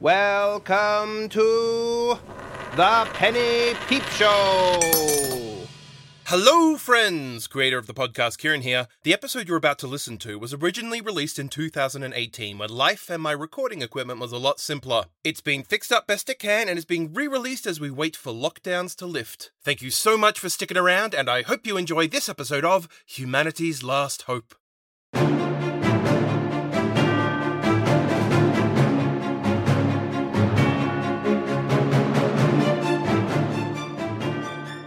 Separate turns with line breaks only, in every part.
Welcome to the Penny Peep Show. Hello, friends! Creator of the podcast, Kieran here. The episode you're about to listen to was originally released in 2018 when life and my recording equipment was a lot simpler. It's been fixed up best it can and is being re released as we wait for lockdowns to lift. Thank you so much for sticking around, and I hope you enjoy this episode of Humanity's Last Hope.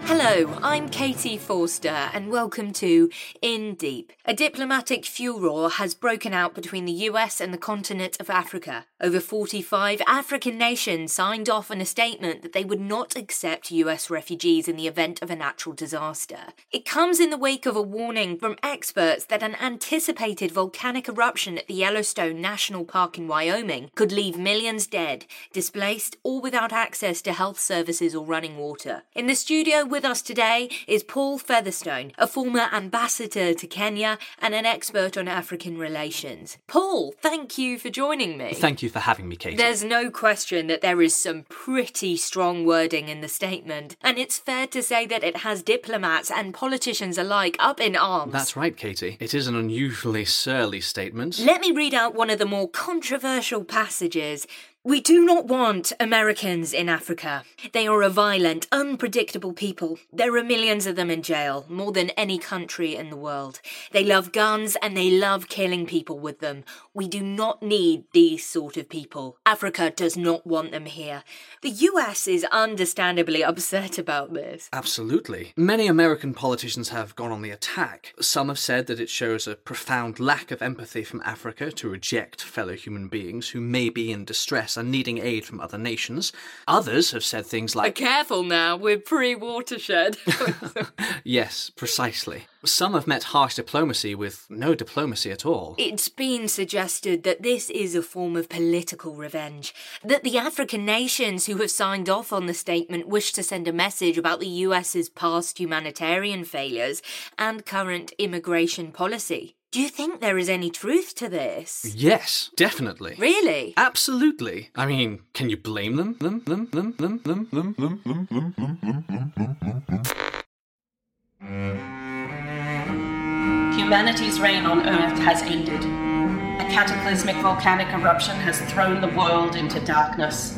Hello, I'm Katie Forster, and welcome to In Deep. A diplomatic furor has broken out between the US and the continent of Africa. Over 45 African nations signed off on a statement that they would not accept US refugees in the event of a natural disaster. It comes in the wake of a warning from experts that an anticipated volcanic eruption at the Yellowstone National Park in Wyoming could leave millions dead, displaced, or without access to health services or running water. In the studio with us today is Paul Featherstone, a former ambassador to Kenya and an expert on African relations. Paul, thank you for joining me.
Thank you for having me, Katie.
There's no question that there is some pretty strong wording in the statement, and it's fair to say that it has diplomats and politicians alike up in arms.
That's right, Katie. It is an unusually surly statement.
Let me read out one of the more controversial passages. We do not want Americans in Africa. They are a violent, unpredictable people. There are millions of them in jail, more than any country in the world. They love guns and they love killing people with them. We do not need these sort of people. Africa does not want them here. The US is understandably upset about this.
Absolutely. Many American politicians have gone on the attack. Some have said that it shows a profound lack of empathy from Africa to reject fellow human beings who may be in distress and needing aid from other nations. Others have said things like,
Careful now, we're pre watershed.
yes, precisely. Some have met harsh diplomacy with no diplomacy at all.
It's been suggested that this is a form of political revenge, that the African nations who have signed off on the statement wish to send a message about the US's past humanitarian failures and current immigration policy. Do you think there is any truth to this?
Yes, definitely.
Really?
Absolutely. I mean, can you blame them? Them, them, them, them, them, them, them, them, them, them, them, them, them, them, them.
Humanity's reign on Earth has ended. A cataclysmic volcanic eruption has thrown the world into darkness.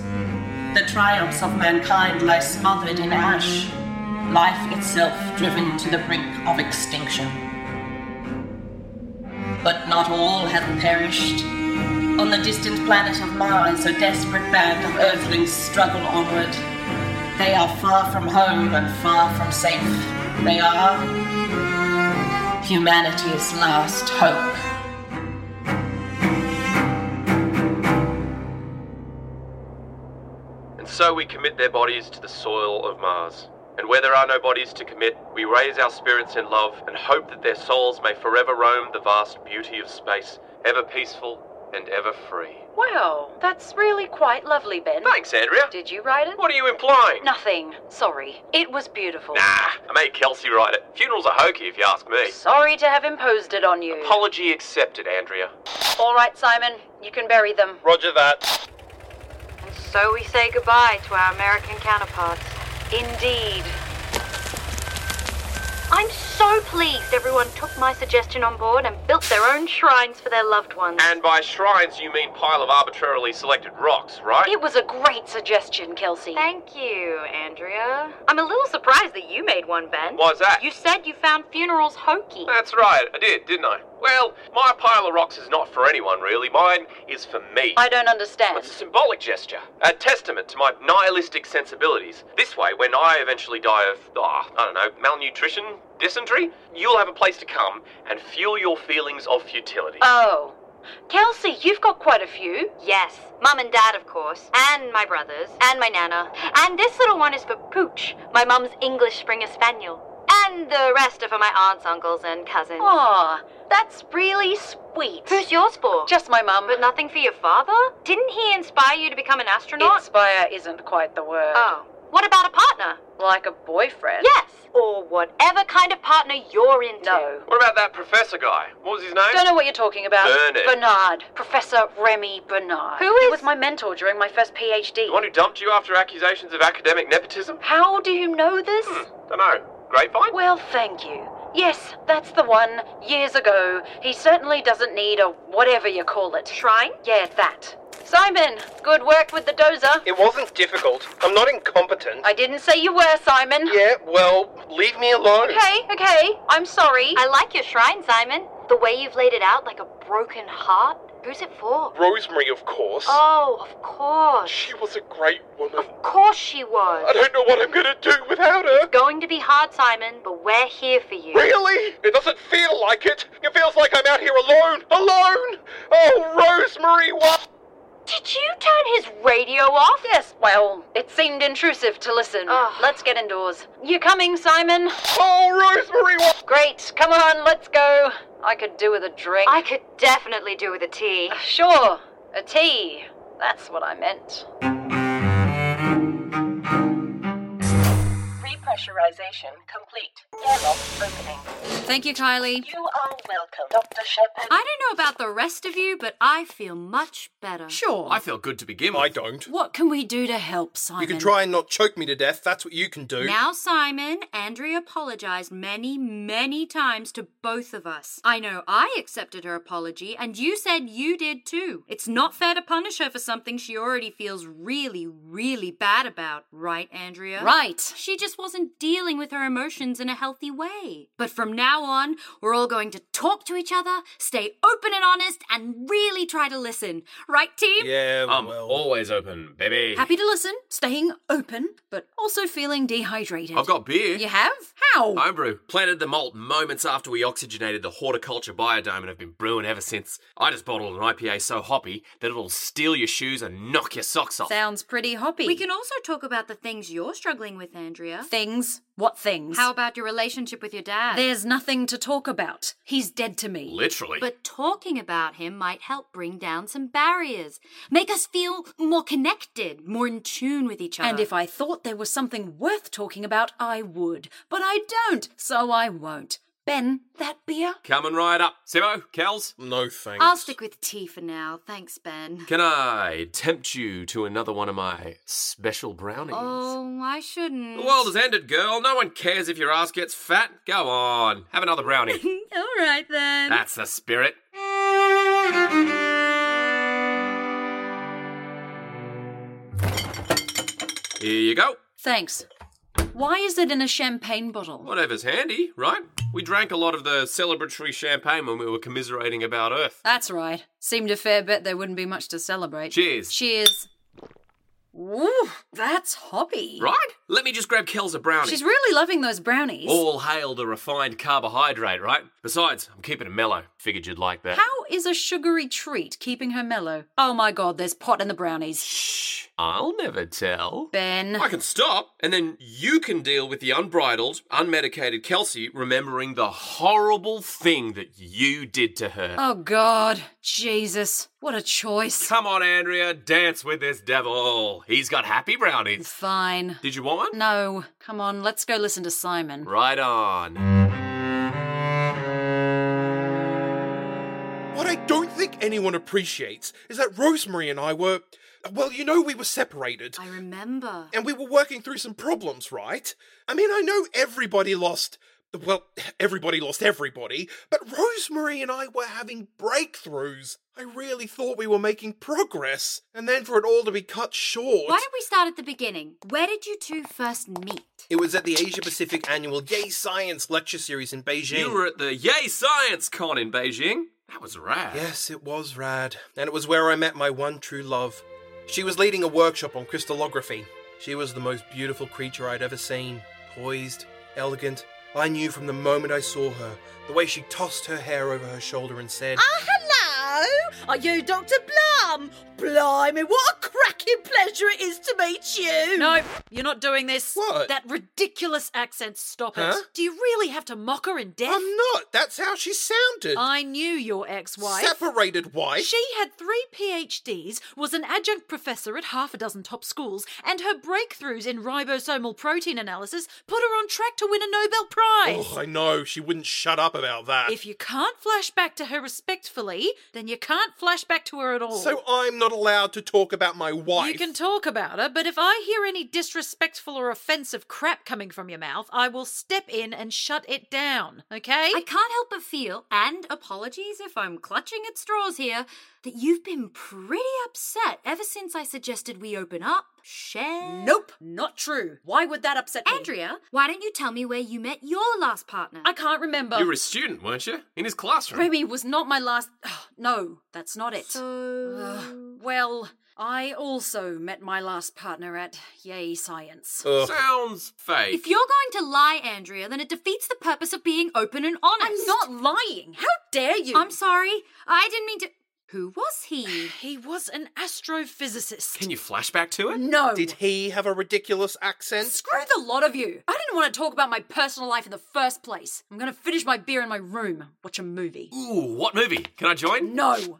The triumphs of mankind lie smothered in ash, life itself driven to the brink of extinction. But not all have perished. On the distant planet of Mars, a desperate band of Earthlings struggle onward. They are far from home and far from safe. They are humanity's last hope.
And so we commit their bodies to the soil of Mars. And where there are no bodies to commit, we raise our spirits in love and hope that their souls may forever roam the vast beauty of space, ever peaceful and ever free.
Wow, that's really quite lovely, Ben.
Thanks, Andrea.
Did you write it?
What are you implying?
Nothing. Sorry. It was beautiful.
Nah, I made Kelsey write it. Funerals are hokey if you ask me.
Sorry to have imposed it on you.
Apology accepted, Andrea.
All right, Simon, you can bury them.
Roger that.
And so we say goodbye to our American counterparts. Indeed. I'm so pleased everyone took my suggestion on board and built their own shrines for their loved ones.
And by shrines, you mean pile of arbitrarily selected rocks, right?
It was a great suggestion, Kelsey.
Thank you, Andrea. I'm a little surprised that you made one, Ben.
Why's that? Uh,
You said you found funerals hokey.
That's right, I did, didn't I? Well, my pile of rocks is not for anyone, really. Mine is for me.
I don't understand.
It's a symbolic gesture, a testament to my nihilistic sensibilities. This way, when I eventually die of, ah, I don't know, malnutrition, dysentery, you'll have a place to come and fuel your feelings of futility.
Oh, Kelsey, you've got quite a few.
Yes, mum and dad, of course, and my brothers, and my nana. And this little one is for Pooch, my mum's English Springer Spaniel. And the rest are for my aunts, uncles, and cousins.
Aw, that's really sweet.
Who's yours for?
Just my mum.
But nothing for your father? Didn't he inspire you to become an astronaut?
Inspire isn't quite the word.
Oh. What about a partner?
Like a boyfriend?
Yes, or whatever kind of partner you're into.
No.
What about that professor guy? What was his name?
Don't know what you're talking about.
Burn it.
Bernard. Professor Remy Bernard.
Who is-
He was my mentor during my first PhD.
The one who dumped you after accusations of academic nepotism?
How do you know this?
Don't know. Grapevine?
Well, thank you. Yes, that's the one. Years ago. He certainly doesn't need a whatever you call it.
Shrine?
Yeah, that. Simon, good work with the dozer.
It wasn't difficult. I'm not incompetent.
I didn't say you were, Simon.
Yeah, well, leave me alone.
Okay, okay. I'm sorry.
I like your shrine, Simon. The way you've laid it out like a broken heart. Who's it for?
Rosemary, of course.
Oh, of course.
She was a great woman.
Of course she
I
was.
don't know what I'm gonna do without her.
Going to be hard, Simon, but we're here for you.
Really? It doesn't feel like it. It feels like I'm out here alone. Alone! Oh, Rosemary, what?
Did you turn his radio off? Ah.
Yes, well, it seemed intrusive to listen.
Ugh.
Let's get indoors. You coming, Simon?
Oh, Rosemary, what?
Great. Come on, let's go. I could do with a drink.
I could definitely do with a tea.
Sure, a tea. That's what I meant.
Repressurization complete. Airlock opening.
Thank you, Kylie.
You are welcome, Dr. Shepard.
I don't know about the rest of you, but I feel much better. Sure.
I feel good to begin with.
I don't.
What can we do to help, Simon?
You can try and not choke me to death. That's what you can do.
Now, Simon, Andrea apologized many, many times to both of us. I know I accepted her apology, and you said you did too. It's not fair to punish her for something she already feels really, really bad about, right, Andrea?
Right.
She just wasn't dealing with her emotions in a healthy way. But from now on, we're all going to talk to each other, stay open and honest, and really try to listen. Right, team?
Yeah,
I'm
well.
always open, baby.
Happy to listen, staying open, but also feeling dehydrated.
I've got beer.
You have? How?
Homebrew. Planted the malt moments after we oxygenated the horticulture biodome and have been brewing ever since. I just bottled an IPA so hoppy that it'll steal your shoes and knock your socks off.
Sounds pretty hoppy.
We can also talk about the things you're struggling with, Andrea.
Things? What things?
How about your relationship with your dad?
There's nothing to talk about. He's dead to me.
Literally.
But talking about him might help bring down some barriers, make us feel more connected, more in tune with each other.
Uh-huh.
And if I thought there was something worth talking about, I would. But I don't, so I won't. Ben, that beer?
Coming right up. Simo, Kels,
No thanks.
I'll stick with tea for now. Thanks, Ben.
can I tempt you to another one of my special brownies?
Oh, I shouldn't.
The world has ended, girl. No one cares if your ass gets fat. Go on. Have another brownie.
All right then.
Ah.
That's the spirit. Here you go.
Thanks. Why is it in a champagne bottle?
Whatever's handy, right? We drank a lot of the celebratory champagne when we were commiserating about Earth.
That's right. Seemed a fair bet there wouldn't be much to celebrate.
Cheers.
Cheers. Ooh, that's hoppy.
Right? Let me just grab Kells a brownie.
She's really loving those brownies.
Oh.
All hail the refined carbohydrate, right? Besides, I'm keeping it mellow. Figured you'd like that.
How is a sugary treat keeping her mellow? Oh my god, there's pot in the brownies.
Shh. I'll never tell.
Ben.
I can stop, and then you can deal with the unbridled, unmedicated Kelsey remembering the horrible thing that you did to her.
Oh god. Jesus. What a choice.
Come on, Andrea, dance with this devil. He's got happy brownies.
Fine.
Did you want one?
No. Come on, let's go listen to Simon.
Right on.
What I don't think anyone appreciates is that Rosemary and I were. Well, you know, we were separated.
I remember.
And we were working through some problems, right? I mean, I know everybody lost. Well, everybody lost everybody, but Rosemary and I were having breakthroughs. I really thought we were making progress, and then for it all to be cut short.
Why don't we start at the beginning? Where did you two first meet?
It was at the Asia Pacific Annual Yay Science Lecture Series in Beijing.
You were at the Yay Science Con in Beijing. That was rad.
Yes, it was rad, and it was where I met my one true love. She was leading a workshop on crystallography. She was the most beautiful creature I'd ever seen, poised, elegant. I knew from the moment I saw her, the way she tossed her hair over her shoulder and said,
hello.
Are you Dr. Blum? Blimey, what a cracking pleasure it is to meet you.
No, you're not doing this.
What?
That ridiculous accent. Stop
Huh?
it. Do you really have to mock her in death? I'm
not. That's how she sounded.
I knew your ex-wife.
Separated wife?
She had three PhDs, was an adjunct professor at half a dozen top schools, and her breakthroughs in ribosomal protein analysis put her on track to win a Nobel Prize.
Oh, I know. She wouldn't shut up about that.
If you can't flash back to her respectfully, then you can't flash back to her at all.
So I'm not allowed to talk about my wife.
You can talk about her, but if I hear any disrespectful or offensive crap coming from your mouth, I will step in and shut it down, okay?
I can't help but feel, and apologies if I'm clutching at straws here, that you've been pretty upset ever since I suggested we open up, share.
Nope, not true. Why would that upset
me? Andrea, why don't you tell me where you met your last partner?
I can't remember.
You were a student, weren't you? In his classroom.
Remy was not my last. no, that's not it. Ugh, well, I also met my last partner at Yay Science.
Sounds fake.
If you're going to lie, Andrea, then it defeats the purpose of being open and honest. I'm
not lying. How dare you?
I'm sorry. I didn't mean to. Who was he?
he was an astrophysicist.
Can you flash back to it?
No.
Did he have a ridiculous accent?
Screw the lot of you. I didn't want to talk about my personal life in the first place. I'm going to finish my beer in my room, watch a movie.
Ooh, what movie? Can I join?
No.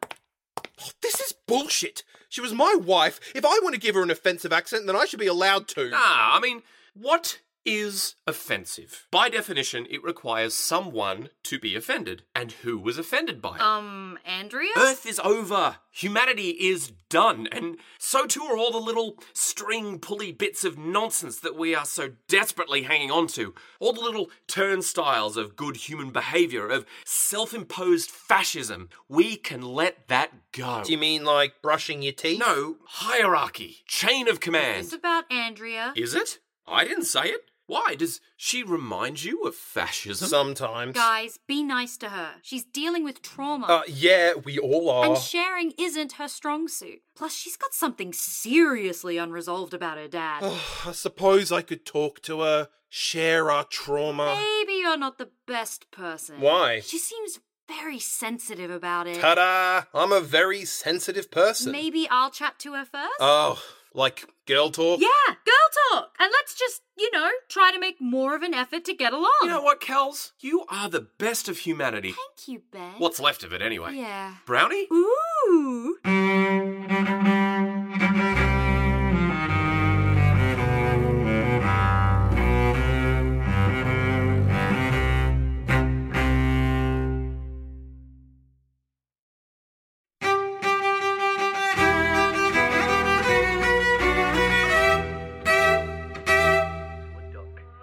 This is bullshit. She was my wife. If I want to give her an offensive accent, then I should be allowed to.
Nah, I mean, what is offensive? By definition, it requires someone to be offended. And who was offended by it?
Um, Andrea?
Earth is over. Humanity is done. And so too are all the little string pulley bits of nonsense that we are so desperately hanging on to. All the little turnstiles of good human behavior, of self imposed fascism. We can let that go.
Do you mean like brushing your teeth?
No, hierarchy, chain of command.
It's about Andrea.
Is it? I didn't say it. Why? Does she remind you of fascism?
Sometimes.
Guys, be nice to her. She's dealing with trauma.
Uh, yeah, we all are.
And sharing isn't her strong suit. Plus, she's got something seriously unresolved about her dad.
I suppose I could talk to her, share our trauma.
Maybe you're not the best person.
Why?
She seems very sensitive about it.
Ta da! I'm a very sensitive person.
Maybe I'll chat to her first?
Oh, like girl talk?
Yeah, girl talk! And let's just, you know, try to make more of an effort to get along.
You know what, Kels? You are the best of humanity.
Thank you, Ben.
What's left of it, anyway?
Yeah.
Brownie?
Ooh!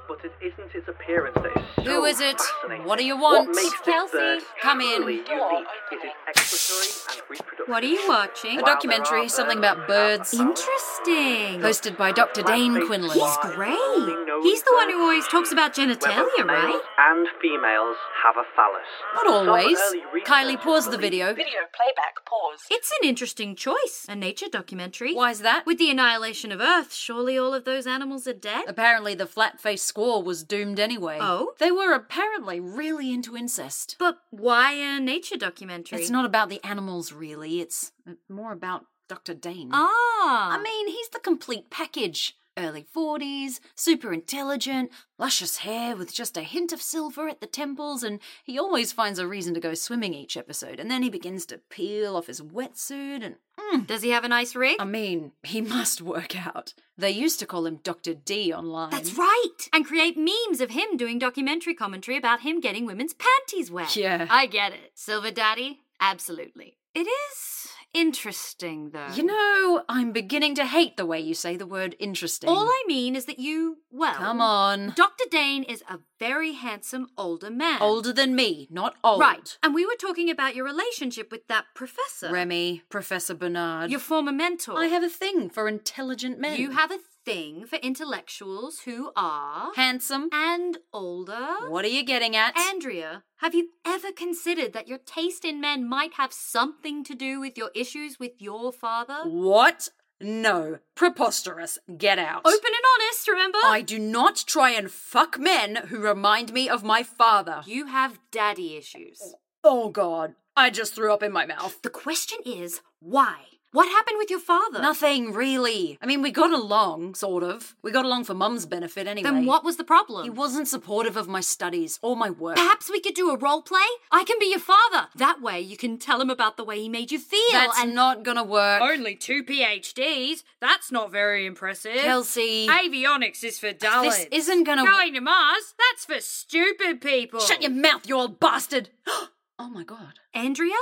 But it isn't its appearance that is so
Who is it?
fascinating.
What do you want?
What makes this
Kelsey,
bird
come in.
truly
Go on,
unique is its exploratory and reproductive.
What are you watching?
A documentary, something about birds.
Interesting.
Hosted by Dr. Dane Quinlan.
He's great. He's the one who always talks about genitalia, right?
Males and females have a phallus.
Not always.
Some early research
Kylie, pause the video.
playback pause. It's an interesting choice, a nature documentary. Why
is that?
With the annihilation of Earth, surely all of those animals are dead?
Apparently, the flat faced squaw was doomed anyway.
Oh?
They were apparently really into incest.
But why a nature documentary?
It's not about the animals, really. It's more about Dr. Dane.
Ah.
I mean, he's the complete package. Early 40s, super intelligent, luscious hair with just a hint of silver at the temples, and he always finds a reason to go swimming each episode. And then he begins to peel off his wetsuit and.
Does he have a nice rig?
I mean, he must work out. They used to call him Dr. D online.
That's right! And create memes of him doing documentary commentary about him getting women's panties wet.
Yeah.
I get it. Silver Daddy? Absolutely. It is interesting, though.
You know, I'm beginning to hate the way you say the word interesting.
All I mean is that you, well.
Come on.
Dr. Dane is a very handsome older man.
Older than me, not old.
Right. And we were talking about your relationship with that professor.
Remy, Professor Bernard.
Your former mentor.
I have a thing for intelligent men.
You have a thing for intellectuals who are
handsome
and older.
What are you getting at?
Andrea, have you ever considered that your taste in men might have something to do with your issues with your father?
What? No. Preposterous. Get out.
Open and honest, remember?
I do not try and fuck men who remind me of my father.
You have daddy issues.
Oh, God. I just threw up in my mouth.
The question is, why? What happened with your father?
Nothing, really. I mean, we got along, sort of. We got along for mum's benefit anyway.
Then what was the problem?
He wasn't supportive of my studies or my work.
Perhaps we could do a role play? I can be your father. That way you can tell him about the way he made you feel.
That's
and
not gonna work.
Only two PhDs? That's not very impressive.
Kelsey.
Avionics is for dullards.
This isn't gonna
Going to Mars? That's for stupid people.
Shut your mouth, you old bastard! oh my god.
Andrea?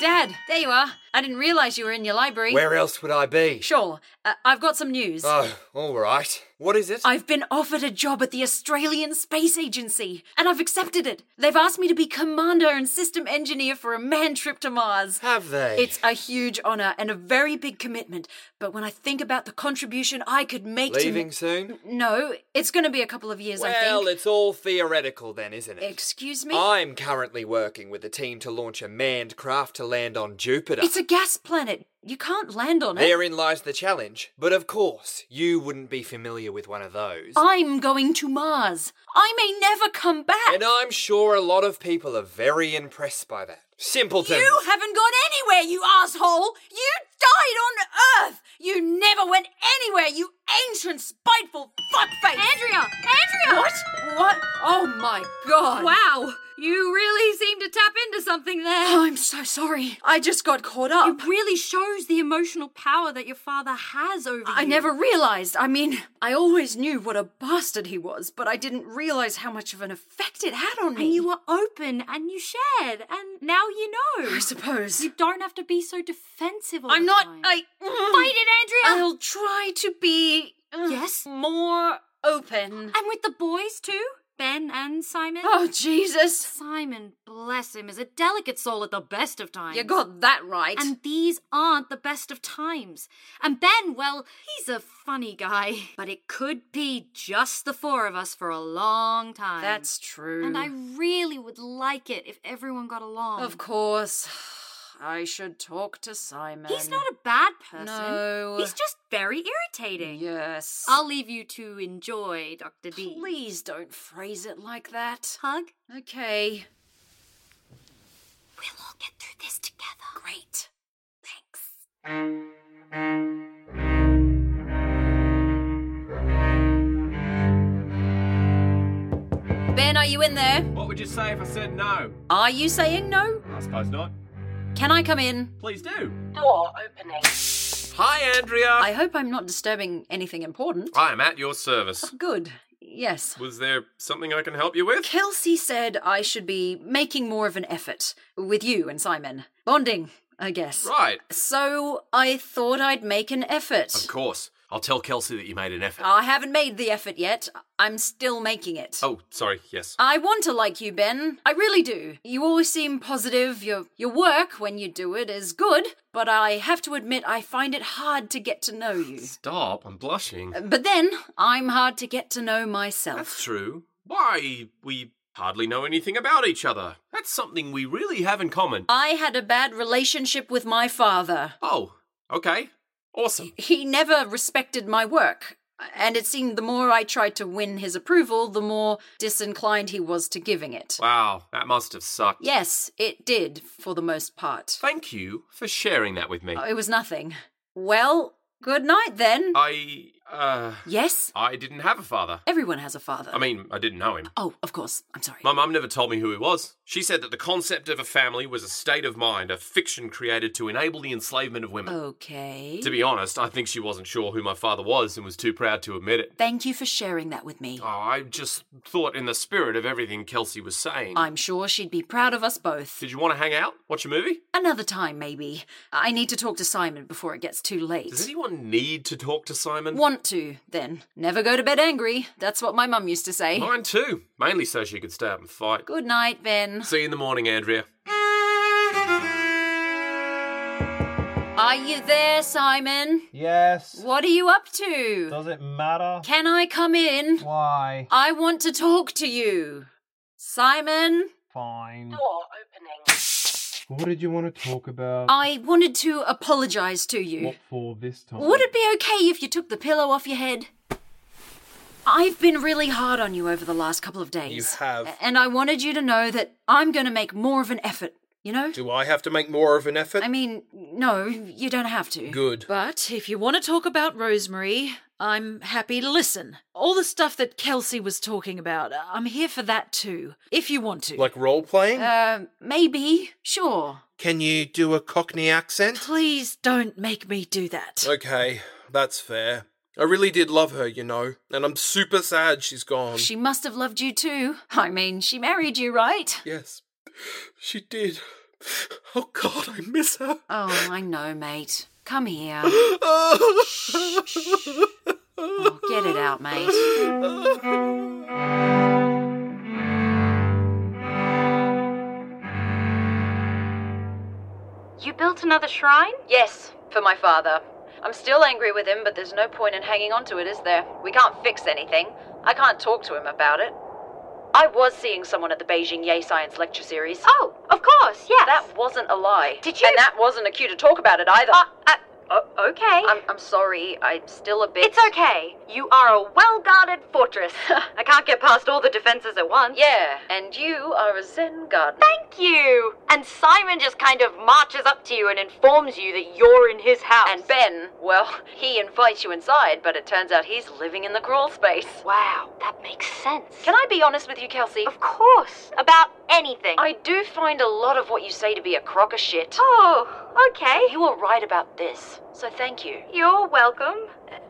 Dad, there you are. I didn't realise you were in your library.
Where else would I be?
Sure. Uh, I've got some news.
Oh, all right. What is it?
I've been offered a job at the Australian Space Agency, and I've accepted it. They've asked me to be commander and system engineer for a manned trip to Mars.
Have they?
It's a huge honour and a very big commitment, but when I think about the contribution I could make
Leaving
to.
Leaving soon?
No, it's going to be a couple of years,
well,
I think.
Well, it's all theoretical then, isn't it?
Excuse me?
I'm currently working with a team to launch a manned craft to land on Jupiter.
It's a gas planet. You can't land on it.
Therein lies the challenge. But of course, you wouldn't be familiar with one of those.
I'm going to Mars. I may never come back.
And I'm sure a lot of people are very impressed by that. Simpleton!
You haven't gone anywhere, you asshole! You died on Earth! You never went anywhere, you ancient, spiteful fuckface!
Andrea! Andrea!
What? What? Oh my god!
Wow! You really seem to tap into something there.
Oh, I'm so sorry. I just got caught up.
It really shows the emotional power that your father has over
I
you.
never realized. I mean, I always knew what a bastard he was, but I didn't realize how much of an effect it had on me.
And you were open and you shared, and now you know.
I suppose.
You don't have to be so defensive.
I'm not.
Time.
I.
Fight it, Andrea!
I'll try to be. uh,
Yes?
More open.
And with the boys too? Ben and Simon?
Oh, Jesus.
Simon, bless him, is a delicate soul at the best of times.
You got that right.
And these aren't the best of times. And Ben, well, he's a funny guy. But it could be just the four of us for a long time.
That's true.
And I really would like it if everyone got along.
Of course. I should talk to Simon.
He's not a bad person.
No.
He's just very irritating.
Yes.
I'll leave you to enjoy, Dr. D.
Please don't phrase it like that.
Hug?
Okay.
We'll all get through this together.
Great.
Thanks.
Ben, are you in there?
What would you say if I said no?
Are you saying no?
I suppose not.
Can I come in?
Please do.
Door opening.
Hi, Andrea.
I hope I'm not disturbing anything important.
I am at your service.
Good. Yes.
Was there something I can help you with?
Kelsey said I should be making more of an effort with you and Simon. Bonding, I guess.
Right.
So I thought I'd make an effort.
Of course. I'll tell Kelsey that you made an
Uh,
effort.
I haven't made the effort yet. I'm still making it.
oh, sorry. Yes.
uh,
I want to like you, Ben. I really do. You always seem positive. Your your work when you do it is good, but I have to admit I find it hard to get to know you.
Stop. I'm blushing.
uh,
But then I'm hard to get to know myself.
That's true. Why, we hardly know anything about each other. That's something we really have in common.
Uh,
I had a bad relationship with my father.
Oh, okay. Awesome.
He never respected my work, and it seemed the more I tried to win his approval, the more disinclined he was to giving it.
Wow, that must have sucked.
Yes, it did, for the most part.
Thank you for sharing that with me.
Uh,
It was nothing. Well, good night then.
I, uh.
Yes?
I didn't have a father.
Everyone has a father.
I mean, I didn't know him.
Oh, of course. I'm sorry.
My mum never told me who he was. She said that the concept of a family was a state of mind, a fiction created to enable the enslavement of
Oh,
women.
Okay.
To be honest, I think she wasn't sure who my father was and was too proud to admit it.
Thank you for sharing that with me.
Oh, I just thought in the spirit of everything Kelsey was saying.
I'm sure she'd be proud of us both.
Did you want to hang out? Watch a movie?
Another time, maybe. I need to talk to Simon before it gets too late.
Does anyone need to talk to Simon?
Want to, then. Never go to bed angry. That's what my mum used to say.
Mine too. Mainly so she could stay up and fight.
Good night, Ben.
See you in the morning, Andrea.
Are you there, Simon?
Yes.
What are you up to?
Does it matter?
Can I come in?
Why?
I want to talk to you. Simon?
Fine.
Door opening.
What did you want to talk about?
I wanted to apologize to you.
What for this time?
Would it be okay if you took the pillow off your head?
I've been really hard on you over the last couple of days.
You
Eh,
have.
A- And I wanted you to know that I'm going to make more of an effort, you know?
Do I have to make more of an effort?
I mean, no, you don't have to.
Good.
But
If you want to talk about Rosemary, I'm happy to listen. All the stuff that Kelsey was talking about, I'm here for that too, if you want to.
Like role playing?
Uh, maybe, sure.
Can you do a Cockney accent?
Please don't make me do that.
Okay, that's fair. I really did love her, you know, and I'm super sad she's gone.
She must have loved you too. I mean, she married you, right?
Yes, she did. Oh God, I miss her.
Oh, I know, mate. Come here.
Shh,
shh. Oh, get it out, mate.
You built another shrine? Yes, for my father. I'm still angry with him, but there's no point in hanging on to it, is there? We can't fix anything. I can't talk to him about it. I was seeing someone at the Beijing Yay Science lecture series. Oh, of course, yes. That wasn't a lie. Did you? And that wasn't a cue to talk about it either. O- okay. I'm, I'm sorry. I'm still a bit. It's okay. You are a well guarded fortress. I can't get past all the defenses at once. Yeah, and you are a Zen garden. Thank you! And Simon just kind of marches up to you and informs you that you're in his house. And Ben, well, he invites you inside, but it turns out he's living in the crawl space. Wow, that makes sense. Can I be honest with you, Kelsey? Of course. About anything. I do find a lot of what you say to be a crock of shit. Oh, okay. You were right about this, so thank you.
You're welcome.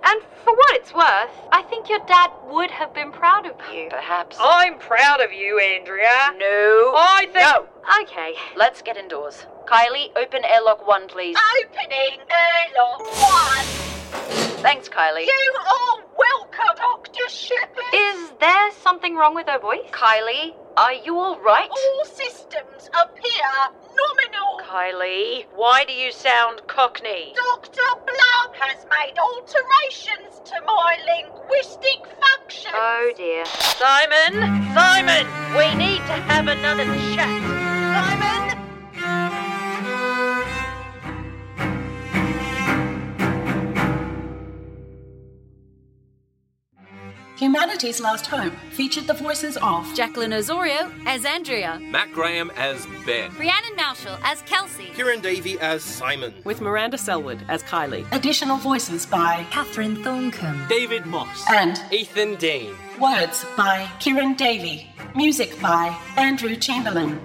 And for what it's worth, I think your dad would have been proud of you.
Perhaps.
I'm proud of you, Andrea.
No.
I think-
No. Okay, let's get indoors. Kylie, open airlock one, please.
Opening airlock one.
Thanks, Kylie.
You are welcome, Doctor Shepard.
Is there something wrong with her voice? Kylie, are you alright?
All systems appear nominal.
Kylie, why do you sound cockney?
Doctor Blum has made alterations to my linguistic functions.
Oh dear. Simon! Simon! We need to have another chat.
Simon.
Humanity's Last Hope featured the voices of
Jacqueline Osorio
as Andrea,
Matt Graham as Ben.
Rhiannon Marshall as Kelsey,
Kieran Davey as Simon.
With Miranda Selwood as Kylie.
Additional voices by Catherine Thorncombe.
David Moss.
And
Ethan Dean.
Words by Kieran Davey. Music by Andrew Chamberlain.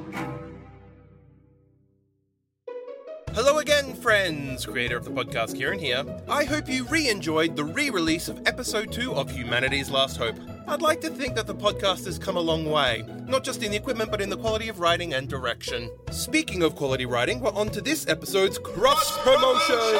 Hello again, friends! Creator of the podcast, Kieran here. I hope you re enjoyed the re release of episode 2 of Humanity's Last Hope. I'd like to think that the podcast has come a long way, not just in the equipment, but in the quality of writing and direction. Speaking of quality writing, we're on to this episode's cross promotion!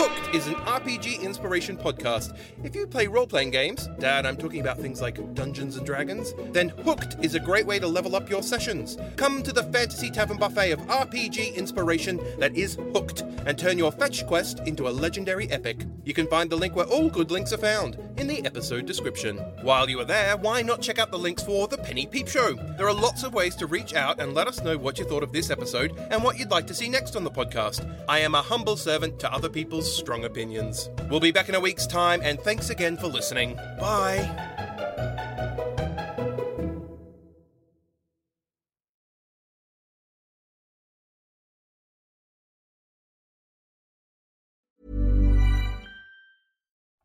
Hooked is an RPG inspiration podcast. If you play role playing games, Dad, I'm talking about things like Dungeons and Dragons, then Hooked is a great way to level up your sessions. Come to the Fantasy Tavern Buffet of RPG inspiration that is Hooked and turn your fetch quest into a legendary epic. You can find the link where all good links are found in the episode description. While you are there, why not check out the links for The Penny Peep Show? There are lots of ways to reach out and let us know what you thought of this episode and what you'd like to see next on the podcast. I am a humble servant to other people's strong opinions. We'll be back in a week's time, and thanks again for listening. Bye.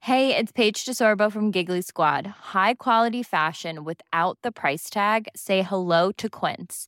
Hey, it's Paige DeSorbo from Giggly Squad. High quality fashion without the price tag. Say hello to Quince.